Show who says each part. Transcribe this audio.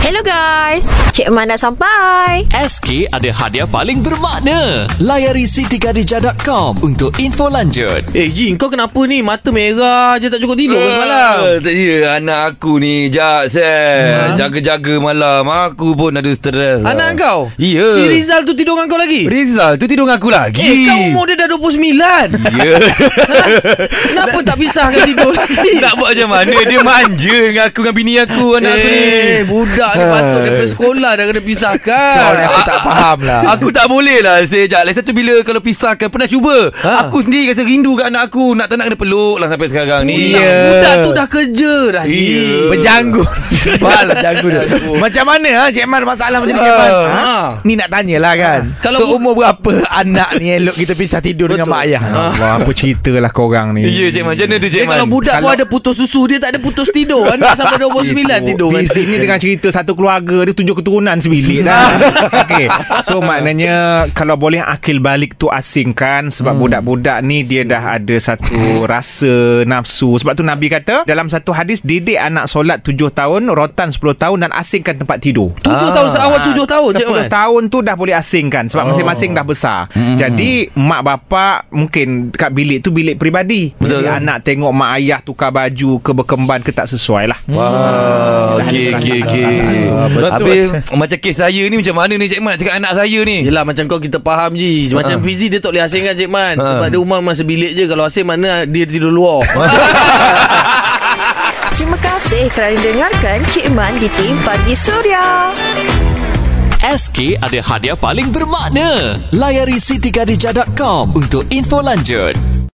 Speaker 1: Hello guys, Cik Man dah sampai.
Speaker 2: SK ada hadiah paling bermakna. Layari c3dj.com untuk info lanjut.
Speaker 3: Eh Ji kau kenapa ni Mata merah je tak cukup tidur uh, semalam Ha?
Speaker 4: Ah, Tak ya anak aku ni Jak sel Jaga-jaga malam Aku pun ada stres
Speaker 3: Anak
Speaker 4: tau.
Speaker 3: kau
Speaker 4: Ya
Speaker 3: Si Rizal tu tidur dengan kau lagi
Speaker 4: Rizal tu tidur dengan aku lagi
Speaker 3: Eh kau umur dia dah 29
Speaker 4: Ya
Speaker 3: Kenapa tak pisahkan tidur lagi
Speaker 4: Nak buat macam mana Dia manja dengan aku Dengan bini aku Anak aku ni
Speaker 3: Eh budak ni patut daripada sekolah Dah kena pisahkan
Speaker 5: Kau ni aku tak faham lah
Speaker 4: Aku tak boleh lah Saya jak Lain satu bila Kalau pisahkan Pernah cuba
Speaker 3: Ha.
Speaker 4: Aku sendiri rasa rindu kat anak aku Nak tak nak kena peluk lah Sampai sekarang ni
Speaker 3: Budak, budak tu dah kerja dah Ji
Speaker 4: Ya.
Speaker 5: Berjanggut Tebal lah janggut dia Macam mana ha, Cik Man masalah macam ni Cik Man ha?
Speaker 3: Ah.
Speaker 5: Ni nak tanyalah kan
Speaker 3: Kalau
Speaker 5: So
Speaker 3: bu-
Speaker 5: umur berapa anak ni elok kita pisah tidur dengan
Speaker 3: Betul.
Speaker 5: mak ayah Allah apa cerita lah korang ni
Speaker 4: Ya Cik Man Macam mana tu Cik
Speaker 3: Eh
Speaker 4: Man
Speaker 3: kalau budak
Speaker 5: Kalau-
Speaker 3: pun ada putus susu Dia tak ada putus tidur Anak sampai 29 tidur kan?
Speaker 5: Fizik ni dengan cerita satu keluarga dia tujuh keturunan sebilik dah. Okey. So maknanya kalau boleh akil balik tu asingkan sebab
Speaker 3: Hmm.
Speaker 5: budak-budak ni dia dah ada satu rasa nafsu. Sebab tu Nabi kata dalam satu hadis didik anak solat tujuh tahun, rotan sepuluh tahun dan asingkan tempat tidur.
Speaker 3: 7 tahun Awal 7 tahun Cik Man
Speaker 5: 10 tahun tu dah boleh asingkan sebab oh. masing-masing dah besar.
Speaker 3: Hmm.
Speaker 5: Mm-hmm. Jadi mak bapak mungkin kat bilik tu bilik peribadi. Betul, Jadi
Speaker 4: Betul.
Speaker 5: anak tengok mak ayah tukar baju ke berkemban ke tak
Speaker 3: Hmm.
Speaker 5: sesuai lah.
Speaker 4: Wah,
Speaker 5: Dah
Speaker 4: okey
Speaker 5: ada
Speaker 4: okey okey.
Speaker 5: perasaan- perasaan tu.
Speaker 4: Betul.
Speaker 5: Betul.
Speaker 4: Habis macam kes saya ni macam mana ni Cik Mat cakap anak saya ni?
Speaker 3: Yelah macam kau kita faham je Macam ha. Fizi dia tak boleh asingkan Cik Man
Speaker 4: Ha.
Speaker 3: ha. Sebab dia rumah masa bilik je Kalau asing mana dia tidur luar
Speaker 1: Terima kasih kerana dengarkan Cik Man di Team Pagi Surya.
Speaker 2: SK ada hadiah paling bermakna. Layari c3dj.com untuk info lanjut.